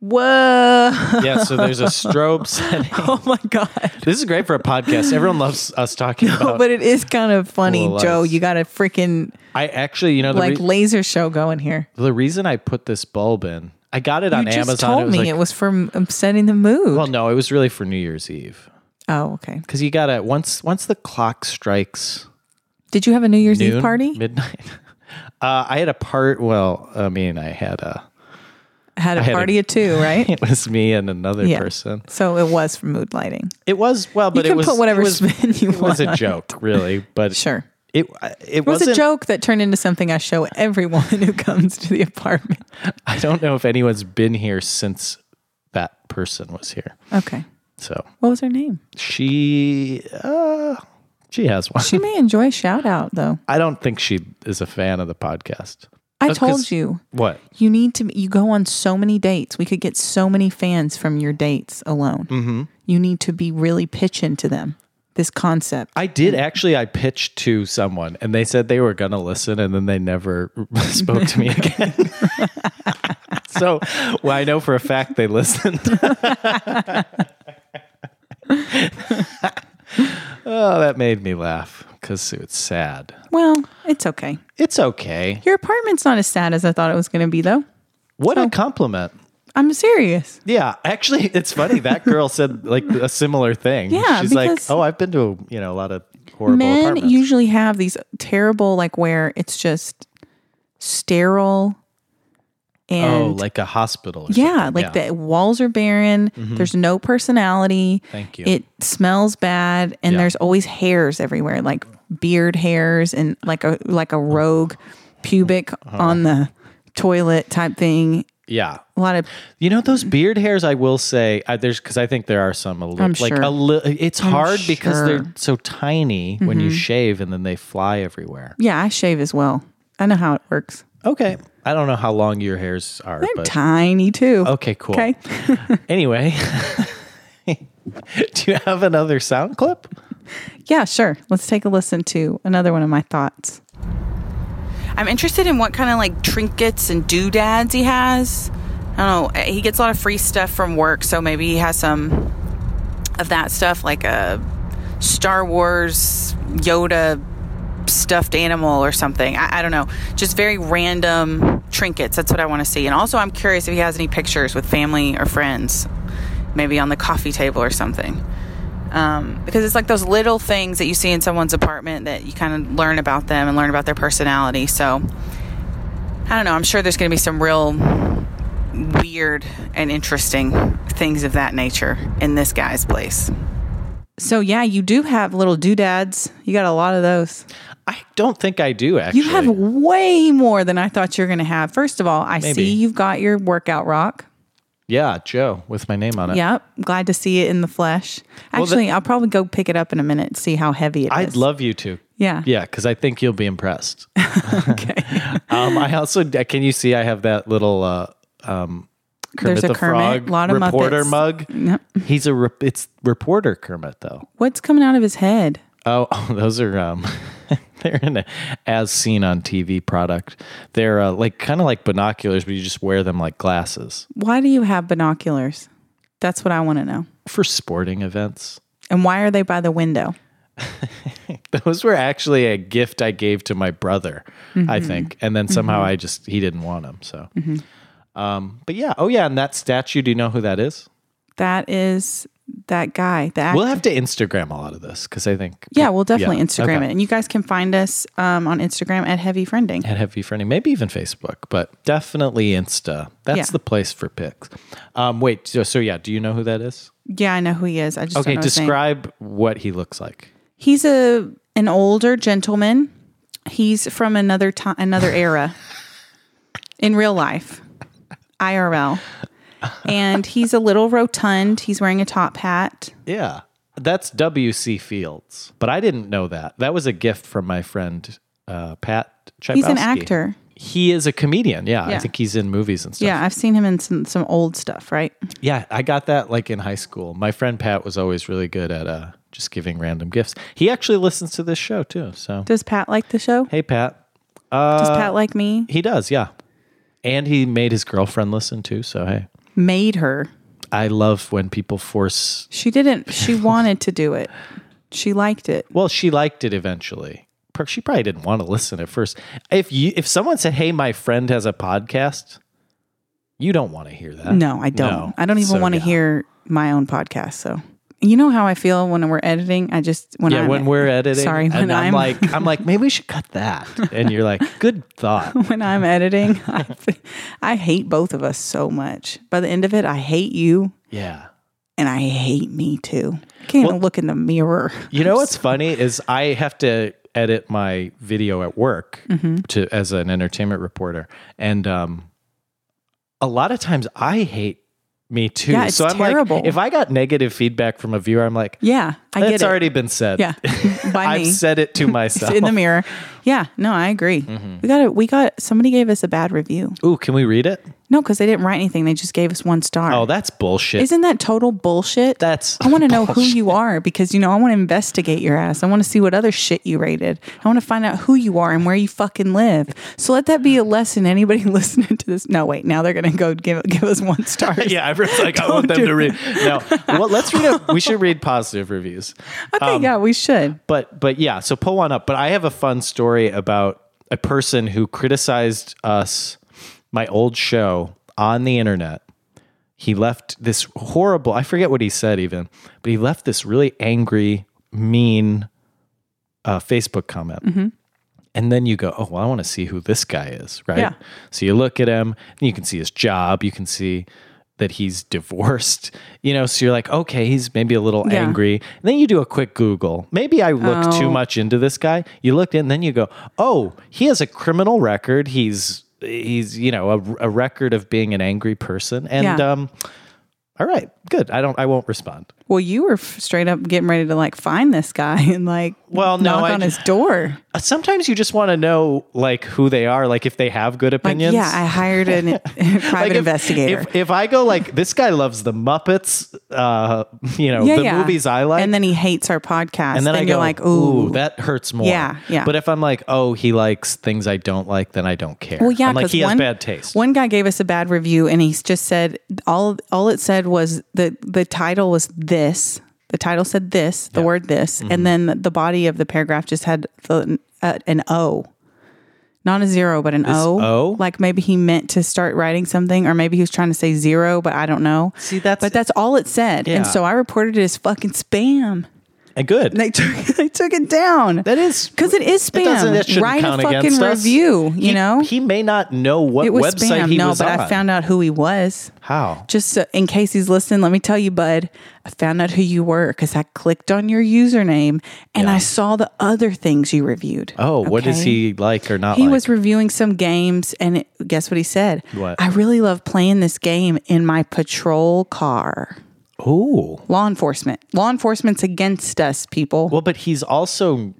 [SPEAKER 4] Whoa.
[SPEAKER 3] Yeah. So there's a strobe setting.
[SPEAKER 4] Oh my God.
[SPEAKER 3] This is great for a podcast. Everyone loves us talking about.
[SPEAKER 4] But it is kind of funny,
[SPEAKER 3] Cool
[SPEAKER 4] Joe.
[SPEAKER 3] lights.
[SPEAKER 4] You got a freaking
[SPEAKER 3] I actually, you know, the,
[SPEAKER 4] like
[SPEAKER 3] re-
[SPEAKER 4] laser show going here.
[SPEAKER 3] the reason I put this bulb in, I got it on
[SPEAKER 4] you just
[SPEAKER 3] Amazon.
[SPEAKER 4] told
[SPEAKER 3] it was
[SPEAKER 4] me
[SPEAKER 3] like-
[SPEAKER 4] it was from um, setting the mood.
[SPEAKER 3] well, no, it was really for New Year's Eve.
[SPEAKER 4] oh, okay.
[SPEAKER 3] because you gotta once once the clock strikes
[SPEAKER 4] Did you have a New Year's
[SPEAKER 3] noon
[SPEAKER 4] Eve party?
[SPEAKER 3] midnight. Uh, I had a part. Well, I mean, I had a.
[SPEAKER 4] had a
[SPEAKER 3] had a-
[SPEAKER 4] party of two, right?
[SPEAKER 3] It was me and another
[SPEAKER 4] Yeah.
[SPEAKER 3] person.
[SPEAKER 4] So it was from mood lighting.
[SPEAKER 3] It was well, but
[SPEAKER 4] you
[SPEAKER 3] it
[SPEAKER 4] can
[SPEAKER 3] was
[SPEAKER 4] put whatever
[SPEAKER 3] it was,
[SPEAKER 4] spin you
[SPEAKER 3] it was
[SPEAKER 4] want.
[SPEAKER 3] a
[SPEAKER 4] on it.
[SPEAKER 3] joke, really. But
[SPEAKER 4] Sure.
[SPEAKER 3] it it
[SPEAKER 4] It was
[SPEAKER 3] wasn't,
[SPEAKER 4] a joke that turned into something I show everyone who comes to the apartment.
[SPEAKER 3] I don't know if anyone's been here since that person was here.
[SPEAKER 4] Okay.
[SPEAKER 3] So
[SPEAKER 4] What was her name?
[SPEAKER 3] she uh, she has one.
[SPEAKER 4] She may enjoy a shout out though.
[SPEAKER 3] I don't think she is a fan of the podcast.
[SPEAKER 4] I
[SPEAKER 3] That's 'cause-
[SPEAKER 4] told you.
[SPEAKER 3] What?
[SPEAKER 4] You need to. You go on so many dates. We could get so many fans from your dates alone. Mm-hmm. You need to be really pitching to them this concept.
[SPEAKER 3] I did actually. I pitched to someone, and they said they were going to listen, and then they never spoke to me again. so, well, I know for a fact they listened. oh, that made me laugh because it's sad.
[SPEAKER 4] well, it's okay.
[SPEAKER 3] It's okay.
[SPEAKER 4] Your apartment's not as sad as I thought it was going to be, though.
[SPEAKER 3] What a compliment.
[SPEAKER 4] I'm serious.
[SPEAKER 3] Yeah, actually, it's funny. That girl said like a similar thing.
[SPEAKER 4] Yeah,
[SPEAKER 3] she's like,
[SPEAKER 4] because
[SPEAKER 3] "Oh, I've been to you know a lot of horrible
[SPEAKER 4] Men
[SPEAKER 3] apartments."
[SPEAKER 4] usually have these terrible, like where it's just sterile and
[SPEAKER 3] oh, like a hospital. Or
[SPEAKER 4] Yeah,
[SPEAKER 3] something. Mm-hmm.
[SPEAKER 4] like the walls are barren. There's no personality.
[SPEAKER 3] Thank you.
[SPEAKER 4] It smells bad, and
[SPEAKER 3] Yeah.
[SPEAKER 4] there's always hairs everywhere, like beard hairs and like a like
[SPEAKER 3] Uh-huh.
[SPEAKER 4] a rogue pubic on the toilet type thing.
[SPEAKER 3] yeah.
[SPEAKER 4] A lot of
[SPEAKER 3] You know those beard hairs. I will say I, there's because I think there are some a little
[SPEAKER 4] I'm
[SPEAKER 3] like
[SPEAKER 4] sure.
[SPEAKER 3] a li- It's hard because
[SPEAKER 4] sure. Mm-hmm.
[SPEAKER 3] they're so tiny when you shave and then they fly everywhere.
[SPEAKER 4] yeah, I shave as well. I know how it works.
[SPEAKER 3] Okay, I don't know how long your hairs are,
[SPEAKER 4] They're
[SPEAKER 3] but
[SPEAKER 4] tiny too.
[SPEAKER 3] okay, cool.
[SPEAKER 4] Okay.
[SPEAKER 3] Anyway, do you have another sound clip?
[SPEAKER 4] Yeah, sure. Let's take a listen to another one of my thoughts. I'm interested in what kind of like trinkets and doodads he has. I don't know. He gets a lot of free stuff from work, so maybe he has some of that stuff, like a Star Wars Yoda stuffed animal or something. I, I don't know. Just very random trinkets. That's what I want to see. And also, I'm curious if he has any pictures with family or friends, maybe on the coffee table or something um, because it's like those little things that you see in someone's apartment that you kind of learn about them and learn about their personality. So I don't know. I'm sure there's going to be some real weird and interesting things of that nature in this guy's place. So yeah, you do have little doodads. You got a lot of those.
[SPEAKER 3] I don't think I do. Actually,
[SPEAKER 4] You have way more than I thought you were going to have. First of all, I
[SPEAKER 3] Maybe.
[SPEAKER 4] see you've got your workout rock.
[SPEAKER 3] Yeah, Joe with my name on it.
[SPEAKER 4] Yep. Glad to see it in the flesh.
[SPEAKER 3] the-
[SPEAKER 4] Actually, I'll probably go pick it up in a minute and see how heavy it is.
[SPEAKER 3] I'd love you to.
[SPEAKER 4] Yeah.
[SPEAKER 3] Yeah, because I think you'll be impressed. Um, I also can you see I have that little uh, um, Kermit
[SPEAKER 4] There's a
[SPEAKER 3] the
[SPEAKER 4] Kermit,
[SPEAKER 3] Frog
[SPEAKER 4] lot of
[SPEAKER 3] reporter
[SPEAKER 4] Muppets.
[SPEAKER 3] mug. He's a re- it's reporter Kermit though.
[SPEAKER 4] What's coming out of his head?
[SPEAKER 3] Oh, those are um, they're in a as seen on TV product. They're uh, like kind of like binoculars, but you just wear them like glasses
[SPEAKER 4] Why do you have binoculars? That's what I want to know.
[SPEAKER 3] for sporting events.
[SPEAKER 4] And why are they by the window?
[SPEAKER 3] Those were actually a gift I gave to my brother, I
[SPEAKER 4] Mm-hmm.
[SPEAKER 3] think, and then somehow I just he didn't want them. So,
[SPEAKER 4] Mm-hmm.
[SPEAKER 3] um, but yeah, oh yeah, and that statue. Do you know who that is?
[SPEAKER 4] That is that guy. The act-
[SPEAKER 3] We'll have to Instagram a lot of this because I think
[SPEAKER 4] yeah, we'll definitely
[SPEAKER 3] Yeah,
[SPEAKER 4] Instagram
[SPEAKER 3] okay.
[SPEAKER 4] it. And you guys can find us um, on Instagram at Heavy Friending.
[SPEAKER 3] at Heavy Friending, maybe even Facebook, but definitely Insta. That's
[SPEAKER 4] Yeah.
[SPEAKER 3] the place for pics. Um, wait, so, so yeah, do you know who that is?
[SPEAKER 4] Yeah, I know who he is. I just
[SPEAKER 3] Okay,
[SPEAKER 4] don't know his name.
[SPEAKER 3] describe what he looks like.
[SPEAKER 4] He's a an older gentleman. He's from another time, another era. in real life, IRL, and he's a little rotund. He's wearing a top hat.
[SPEAKER 3] Yeah, that's W.C. Fields, but I didn't know that. That was a gift from my friend uh, Pat. Chybowski.
[SPEAKER 4] He's an actor.
[SPEAKER 3] He is a comedian. Yeah, I
[SPEAKER 4] Yeah.
[SPEAKER 3] think he's in movies and stuff.
[SPEAKER 4] Yeah, I've seen him in some some old stuff. Right?
[SPEAKER 3] Yeah, I got that like in high school. My friend Pat was always really good at uh, just giving random gifts. He actually listens to this show too. So,
[SPEAKER 4] Does Pat like the show?
[SPEAKER 3] hey, Pat. Uh,
[SPEAKER 4] Does Pat like me?
[SPEAKER 3] He does, yeah. And he made his girlfriend listen too. So hey,
[SPEAKER 4] Made her.
[SPEAKER 3] I love when people force.
[SPEAKER 4] She didn't. She wanted to do it. She liked it.
[SPEAKER 3] Well, she liked it eventually. Per- She probably didn't want to listen at first. If you, if someone said, "Hey, my friend has a podcast," you don't want to hear that.
[SPEAKER 4] No, I don't.
[SPEAKER 3] No.
[SPEAKER 4] I don't even
[SPEAKER 3] So,
[SPEAKER 4] want to
[SPEAKER 3] yeah.
[SPEAKER 4] hear my own podcast. So you know how I feel when we're editing. I just when
[SPEAKER 3] Yeah,
[SPEAKER 4] I'm,
[SPEAKER 3] when we're editing,
[SPEAKER 4] Sorry,
[SPEAKER 3] and
[SPEAKER 4] when
[SPEAKER 3] I'm,
[SPEAKER 4] I'm-
[SPEAKER 3] like, I'm like, maybe we should cut that, and you're like, good thought.
[SPEAKER 4] when I'm editing, I, th- I hate both of us so much. By the end of it, I hate you
[SPEAKER 3] Yeah.
[SPEAKER 4] and I hate me too. I can't even look in the mirror.
[SPEAKER 3] You know what's funny is I have to edit my video at work
[SPEAKER 4] Mm-hmm.
[SPEAKER 3] to as an entertainment reporter, and um, a lot of times I hate me too.
[SPEAKER 4] Yeah, it's
[SPEAKER 3] so I'm
[SPEAKER 4] terrible.
[SPEAKER 3] like, if I got negative feedback from a viewer, I'm like,
[SPEAKER 4] Yeah, I get
[SPEAKER 3] it's
[SPEAKER 4] it.
[SPEAKER 3] already been said.
[SPEAKER 4] Yeah, by
[SPEAKER 3] I've
[SPEAKER 4] me
[SPEAKER 3] said it to myself.
[SPEAKER 4] in the mirror. Yeah, no, I agree.
[SPEAKER 3] Mm-hmm.
[SPEAKER 4] We got it. We got somebody gave us a bad review.
[SPEAKER 3] Ooh, can we read it?
[SPEAKER 4] No, because they didn't write anything. They just gave us one star.
[SPEAKER 3] Oh, that's bullshit.
[SPEAKER 4] Isn't that total bullshit?
[SPEAKER 3] That's
[SPEAKER 4] I want to know who you are because you know I want to investigate your ass. I want to see what other shit you rated. I want to find out who you are and where you fucking live. So let that be a lesson. Anybody listening to this? No, wait. Now they're gonna go give give us one star.
[SPEAKER 3] yeah, everyone's like, I want them to read. No, well, let's read it. We should read positive reviews.
[SPEAKER 4] I think yeah, we should.
[SPEAKER 3] but but yeah so pull one up but i have a fun story about a person who criticized us my old show on the internet he left this horrible i forget what he said even but he left this really angry mean uh, facebook comment and then you go oh well i want to see who this guy is right
[SPEAKER 4] Yeah.
[SPEAKER 3] so you look at him and you can see his job you can see that he's divorced you know so you're like okay he's maybe a little
[SPEAKER 4] Yeah. Oh.
[SPEAKER 3] angry and then you do a quick google maybe i looked too much into this guy you looked in then you go oh he has a criminal record he's he's you know a, a record of being an angry person and
[SPEAKER 4] Yeah.
[SPEAKER 3] um all right good i don't i won't respond
[SPEAKER 4] Well, you were f- straight up getting ready to like find this guy and like
[SPEAKER 3] Well, no,
[SPEAKER 4] knock
[SPEAKER 3] I
[SPEAKER 4] on
[SPEAKER 3] ju-
[SPEAKER 4] his door.
[SPEAKER 3] Uh, sometimes you just want to know like who they are like if they have good
[SPEAKER 4] Like,
[SPEAKER 3] opinions
[SPEAKER 4] yeah, I hired an, a private
[SPEAKER 3] Like, if-
[SPEAKER 4] investigator.
[SPEAKER 3] If, if I go like this guy loves the Muppets, uh, you know
[SPEAKER 4] yeah,
[SPEAKER 3] the
[SPEAKER 4] yeah.
[SPEAKER 3] movies I like,
[SPEAKER 4] and then he hates our podcast.
[SPEAKER 3] and then I
[SPEAKER 4] you're
[SPEAKER 3] go
[SPEAKER 4] like,
[SPEAKER 3] ooh, that hurts more.
[SPEAKER 4] Yeah, yeah.
[SPEAKER 3] But if I'm like, oh, he likes things I don't like, then I don't care.
[SPEAKER 4] Well, yeah,
[SPEAKER 3] I'm like
[SPEAKER 4] 'cause
[SPEAKER 3] he
[SPEAKER 4] one,
[SPEAKER 3] has bad taste.
[SPEAKER 4] One guy gave us a bad review, and he just said all all it said was the the title was this. The title said this, the word this,
[SPEAKER 3] Mm-hmm.
[SPEAKER 4] and then the body of the paragraph just had the, uh, an O, not a zero, but an O.
[SPEAKER 3] O?
[SPEAKER 4] Like maybe he meant to start writing something, or maybe he was trying to say zero, but I don't know.
[SPEAKER 3] See, that's-
[SPEAKER 4] but that's all it said,
[SPEAKER 3] Yeah.
[SPEAKER 4] and so I reported it as fucking spam.
[SPEAKER 3] And good.
[SPEAKER 4] They took they took it down.
[SPEAKER 3] that is
[SPEAKER 4] because it is
[SPEAKER 3] It
[SPEAKER 4] spam.
[SPEAKER 3] doesn't- it shouldn't
[SPEAKER 4] Write a
[SPEAKER 3] count
[SPEAKER 4] fucking
[SPEAKER 3] against us.
[SPEAKER 4] review. You
[SPEAKER 3] He-
[SPEAKER 4] know,
[SPEAKER 3] he may not know what
[SPEAKER 4] it was
[SPEAKER 3] website
[SPEAKER 4] spam.
[SPEAKER 3] he
[SPEAKER 4] no,
[SPEAKER 3] was
[SPEAKER 4] but
[SPEAKER 3] on.
[SPEAKER 4] I found out who he was.
[SPEAKER 3] how.
[SPEAKER 4] Just so, in case he's listening, let me tell you, bud. I found out who you were because I clicked on your username and I saw the other things you reviewed.
[SPEAKER 3] Oh, what is
[SPEAKER 4] Okay?
[SPEAKER 3] he like or not?
[SPEAKER 4] He
[SPEAKER 3] like?
[SPEAKER 4] was reviewing some games, and it, guess what he said?
[SPEAKER 3] What?
[SPEAKER 4] I really love playing this game in my patrol car.
[SPEAKER 3] oh,
[SPEAKER 4] Law enforcement. Law enforcement's against us, people.
[SPEAKER 3] well, but he's also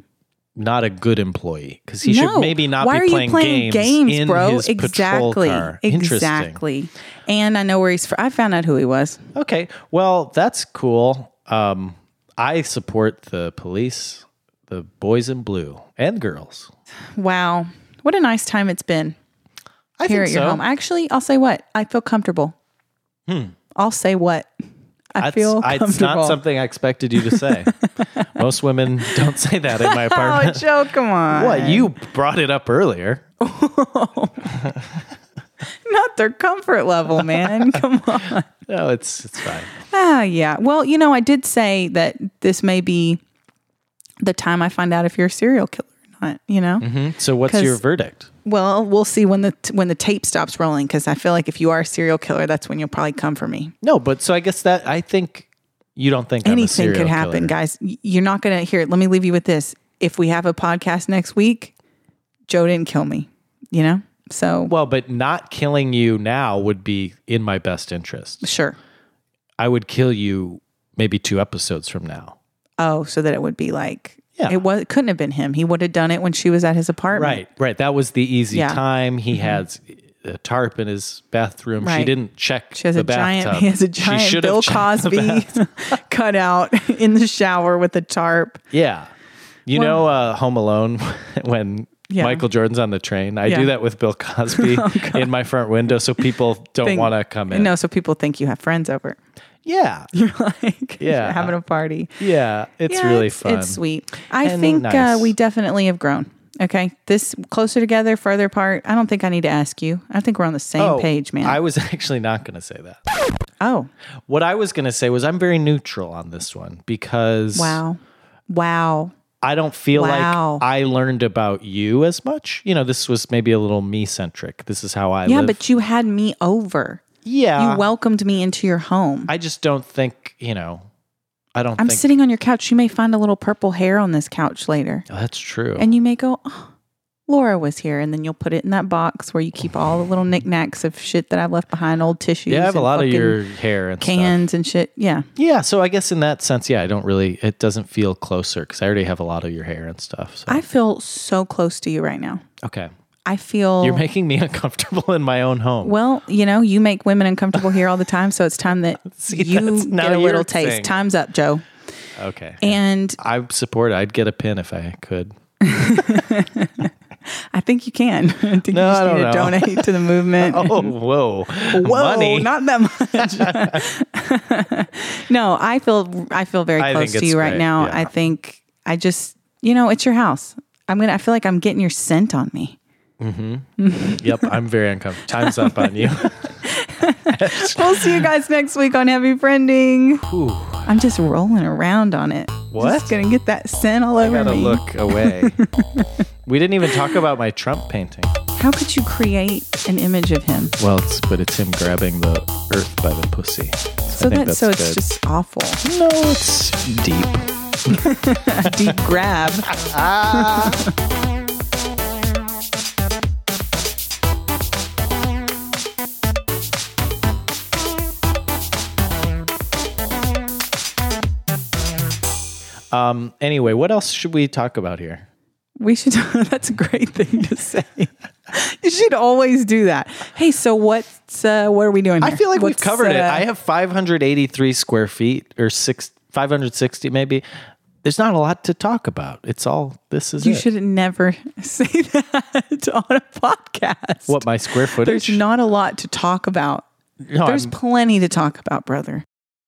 [SPEAKER 3] not a good employee because he should maybe not
[SPEAKER 4] Why
[SPEAKER 3] be
[SPEAKER 4] are
[SPEAKER 3] playing,
[SPEAKER 4] you playing
[SPEAKER 3] games, in his patrol
[SPEAKER 4] exactly.
[SPEAKER 3] car. Interesting.
[SPEAKER 4] Exactly. And I know where he's from. I found out who he was.
[SPEAKER 3] Okay. Well, that's cool. Um, I support the police, the boys in blue, and girls.
[SPEAKER 4] Wow. What a nice time it's been
[SPEAKER 3] I
[SPEAKER 4] here
[SPEAKER 3] think
[SPEAKER 4] at
[SPEAKER 3] so.
[SPEAKER 4] your
[SPEAKER 3] Hmm.
[SPEAKER 4] home. Actually, I'll say what? I feel comfortable. I'll say what? I
[SPEAKER 3] That's-
[SPEAKER 4] feel
[SPEAKER 3] I-
[SPEAKER 4] comfortable.
[SPEAKER 3] It's not something I expected you to say. Most women don't say that in my
[SPEAKER 4] Oh,
[SPEAKER 3] apartment.
[SPEAKER 4] Joe, come on.
[SPEAKER 3] What you brought it up earlier?
[SPEAKER 4] Not their comfort level, man. Come on.
[SPEAKER 3] No, it's it's fine.
[SPEAKER 4] Ah, yeah. Well, you know, I did say that this may be the time I find out if you're a serial killer or not, you know?
[SPEAKER 3] Mm-hmm. So, what's
[SPEAKER 4] 'Cause-
[SPEAKER 3] your verdict?
[SPEAKER 4] Well, we'll see when the when the tape stops rolling because I feel like if you are a serial killer, that's when you'll probably come for me.
[SPEAKER 3] No, but so I guess that I think you don't think I'm a
[SPEAKER 4] Anything
[SPEAKER 3] serial
[SPEAKER 4] could happen,
[SPEAKER 3] killer.
[SPEAKER 4] guys. Y- You're not gonna hear. Let me leave you with this: if we have a podcast next week, Joe didn't kill me. You know, so
[SPEAKER 3] Well, but not killing you now would be in my best interest.
[SPEAKER 4] sure.
[SPEAKER 3] I would kill you maybe two episodes from now.
[SPEAKER 4] Oh, so that it would be like
[SPEAKER 3] Yeah.
[SPEAKER 4] it was. It couldn't have been him. He would have done it when she was at his apartment.
[SPEAKER 3] Right, right. That was the easy
[SPEAKER 4] Yeah. Mm-hmm.
[SPEAKER 3] time. He has a tarp in his bathroom. She
[SPEAKER 4] Right.
[SPEAKER 3] didn't check.
[SPEAKER 4] She has
[SPEAKER 3] the
[SPEAKER 4] a
[SPEAKER 3] bathtub.
[SPEAKER 4] giant. He has a
[SPEAKER 3] She
[SPEAKER 4] giant
[SPEAKER 3] should have
[SPEAKER 4] Bill
[SPEAKER 3] checked the
[SPEAKER 4] Cosby
[SPEAKER 3] bath-
[SPEAKER 4] cut out in the shower with a tarp.
[SPEAKER 3] Yeah. You know, uh, Home Alone, when
[SPEAKER 4] Yeah.
[SPEAKER 3] Michael Jordan's on the train, I
[SPEAKER 4] Yeah.
[SPEAKER 3] do that with Bill Cosby in my front window so people don't
[SPEAKER 4] Think-
[SPEAKER 3] want to come in.
[SPEAKER 4] No, so people think you have friends over.
[SPEAKER 3] Yeah.
[SPEAKER 4] You're like
[SPEAKER 3] Yeah.
[SPEAKER 4] you're having a party.
[SPEAKER 3] Yeah. It's
[SPEAKER 4] Yeah,
[SPEAKER 3] really
[SPEAKER 4] it's,
[SPEAKER 3] fun.
[SPEAKER 4] It's sweet. I
[SPEAKER 3] And
[SPEAKER 4] think
[SPEAKER 3] nice.
[SPEAKER 4] uh, we definitely have grown. Okay, this closer together, further apart. I don't think I need to ask you. I think we're on the same
[SPEAKER 3] Oh,
[SPEAKER 4] page, man.
[SPEAKER 3] I was actually not going to say that.
[SPEAKER 4] oh,
[SPEAKER 3] What I was going to say was I'm very neutral on this one because
[SPEAKER 4] wow, wow.
[SPEAKER 3] I don't feel
[SPEAKER 4] Wow.
[SPEAKER 3] like I learned about you as much. You know, this was maybe a little me centric. This is how I
[SPEAKER 4] yeah,
[SPEAKER 3] live.
[SPEAKER 4] but you had me over.
[SPEAKER 3] yeah,
[SPEAKER 4] you welcomed me into your home. I,
[SPEAKER 3] I just don't think, you know, I don't
[SPEAKER 4] am
[SPEAKER 3] think
[SPEAKER 4] sitting on your couch. You may find a little purple hair on this couch later,
[SPEAKER 3] Oh, that's true.
[SPEAKER 4] and you may go. Oh, Laura was here, and then you'll put it in that box where you keep all the little knickknacks of shit that I've left behind, old tissues.
[SPEAKER 3] Yeah, I have a
[SPEAKER 4] and
[SPEAKER 3] lot of
[SPEAKER 4] fucking
[SPEAKER 3] your hair and
[SPEAKER 4] cans and shit. Yeah.
[SPEAKER 3] Stuff. Yeah, so I guess in that sense, yeah, I don't really. It doesn't feel closer because I already have a lot of your hair and stuff. So
[SPEAKER 4] I feel so close to you right now.
[SPEAKER 3] okay,
[SPEAKER 4] I feel
[SPEAKER 3] you're making me uncomfortable in my own home.
[SPEAKER 4] well, you know, you make women uncomfortable here all the time, so it's time that
[SPEAKER 3] that's
[SPEAKER 4] you
[SPEAKER 3] now
[SPEAKER 4] get a
[SPEAKER 3] your
[SPEAKER 4] little taste.
[SPEAKER 3] thing.
[SPEAKER 4] Time's up, Joe.
[SPEAKER 3] okay,
[SPEAKER 4] And
[SPEAKER 3] I support. it. I'd get a pin if I could.
[SPEAKER 4] I think you can. I think
[SPEAKER 3] No,
[SPEAKER 4] you just
[SPEAKER 3] I
[SPEAKER 4] need
[SPEAKER 3] don't
[SPEAKER 4] to
[SPEAKER 3] know.
[SPEAKER 4] donate to the movement.
[SPEAKER 3] Oh, whoa,
[SPEAKER 4] Whoa,
[SPEAKER 3] money.
[SPEAKER 4] not that much. no, I feel I feel very
[SPEAKER 3] I
[SPEAKER 4] close
[SPEAKER 3] think
[SPEAKER 4] to you
[SPEAKER 3] it's
[SPEAKER 4] right
[SPEAKER 3] great,
[SPEAKER 4] now.
[SPEAKER 3] yeah.
[SPEAKER 4] I think I just you know, it's your house. I'm gonna I feel like I'm getting your scent on me.
[SPEAKER 3] yep, I'm very uncomfortable. Time's up on you.
[SPEAKER 4] We'll see you guys next week on Heavy Friending.
[SPEAKER 3] Ooh,
[SPEAKER 4] I'm just rolling around on it.
[SPEAKER 3] What?
[SPEAKER 4] Just gonna get that scent all over
[SPEAKER 3] gotta
[SPEAKER 4] me.
[SPEAKER 3] look away. we didn't even talk about my Trump painting.
[SPEAKER 4] How could you create an image of him?
[SPEAKER 3] Well, it's but it's him grabbing the earth by the pussy.
[SPEAKER 4] So
[SPEAKER 3] think
[SPEAKER 4] that so
[SPEAKER 3] that's
[SPEAKER 4] it's
[SPEAKER 3] good.
[SPEAKER 4] just awful.
[SPEAKER 3] No, it's deep.
[SPEAKER 4] Deep grab.
[SPEAKER 3] Um. Anyway, what else should we talk about here?
[SPEAKER 4] We should. That's a great thing to say. you should always do that. Hey, so what's uh, what are we doing?
[SPEAKER 3] I
[SPEAKER 4] here?
[SPEAKER 3] feel like
[SPEAKER 4] What's,
[SPEAKER 3] we've covered it.
[SPEAKER 4] uh,
[SPEAKER 3] I have 583 square feet or six 560 maybe. There's not a lot to talk about. It's all this is
[SPEAKER 4] You
[SPEAKER 3] it.
[SPEAKER 4] should never say that on a podcast.
[SPEAKER 3] what my square footage?
[SPEAKER 4] There's not a lot to talk about.
[SPEAKER 3] no,
[SPEAKER 4] There's
[SPEAKER 3] I'm-
[SPEAKER 4] plenty to talk about, brother.